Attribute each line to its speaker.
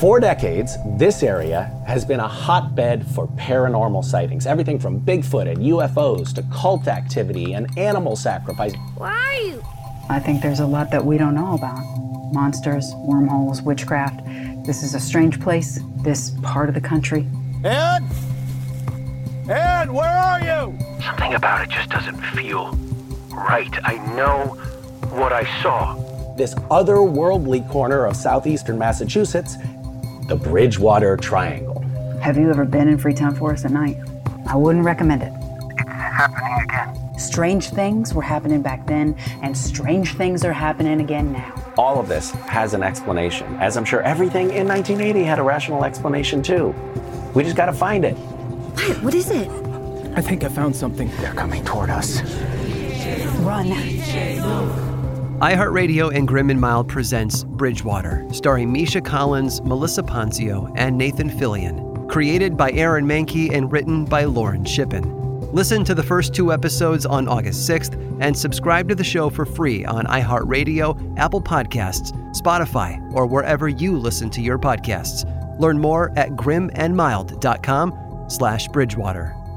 Speaker 1: four decades, this area has been a hotbed for paranormal sightings. Everything from Bigfoot and UFOs to cult activity and animal sacrifice.
Speaker 2: Where are you?
Speaker 3: I think there's a lot that we don't know about monsters, wormholes, witchcraft. This is a strange place, this part of the country.
Speaker 4: Ed? Ed, where are you?
Speaker 5: Something about it just doesn't feel right. I know what I saw.
Speaker 1: This otherworldly corner of southeastern Massachusetts, the Bridgewater Triangle.
Speaker 3: Have you ever been in Freetown Forest at night? I wouldn't recommend it.
Speaker 5: It's happening again.
Speaker 3: Strange things were happening back then, and strange things are happening again now.
Speaker 1: All of this has an explanation, as I'm sure everything in 1980 had a rational explanation too. We just gotta find it.
Speaker 2: What? What is it?
Speaker 6: I think I found something.
Speaker 5: They're coming toward us.
Speaker 3: Run.
Speaker 7: iHeartRadio and Grim and Mild presents Bridgewater, starring Misha Collins, Melissa Poncio, and Nathan Fillion. Created by Aaron Mankey and written by Lauren Shippen. Listen to the first two episodes on August 6th and subscribe to the show for free on iHeartRadio, Apple Podcasts, Spotify, or wherever you listen to your podcasts. Learn more at grimandmild.com slash Bridgewater.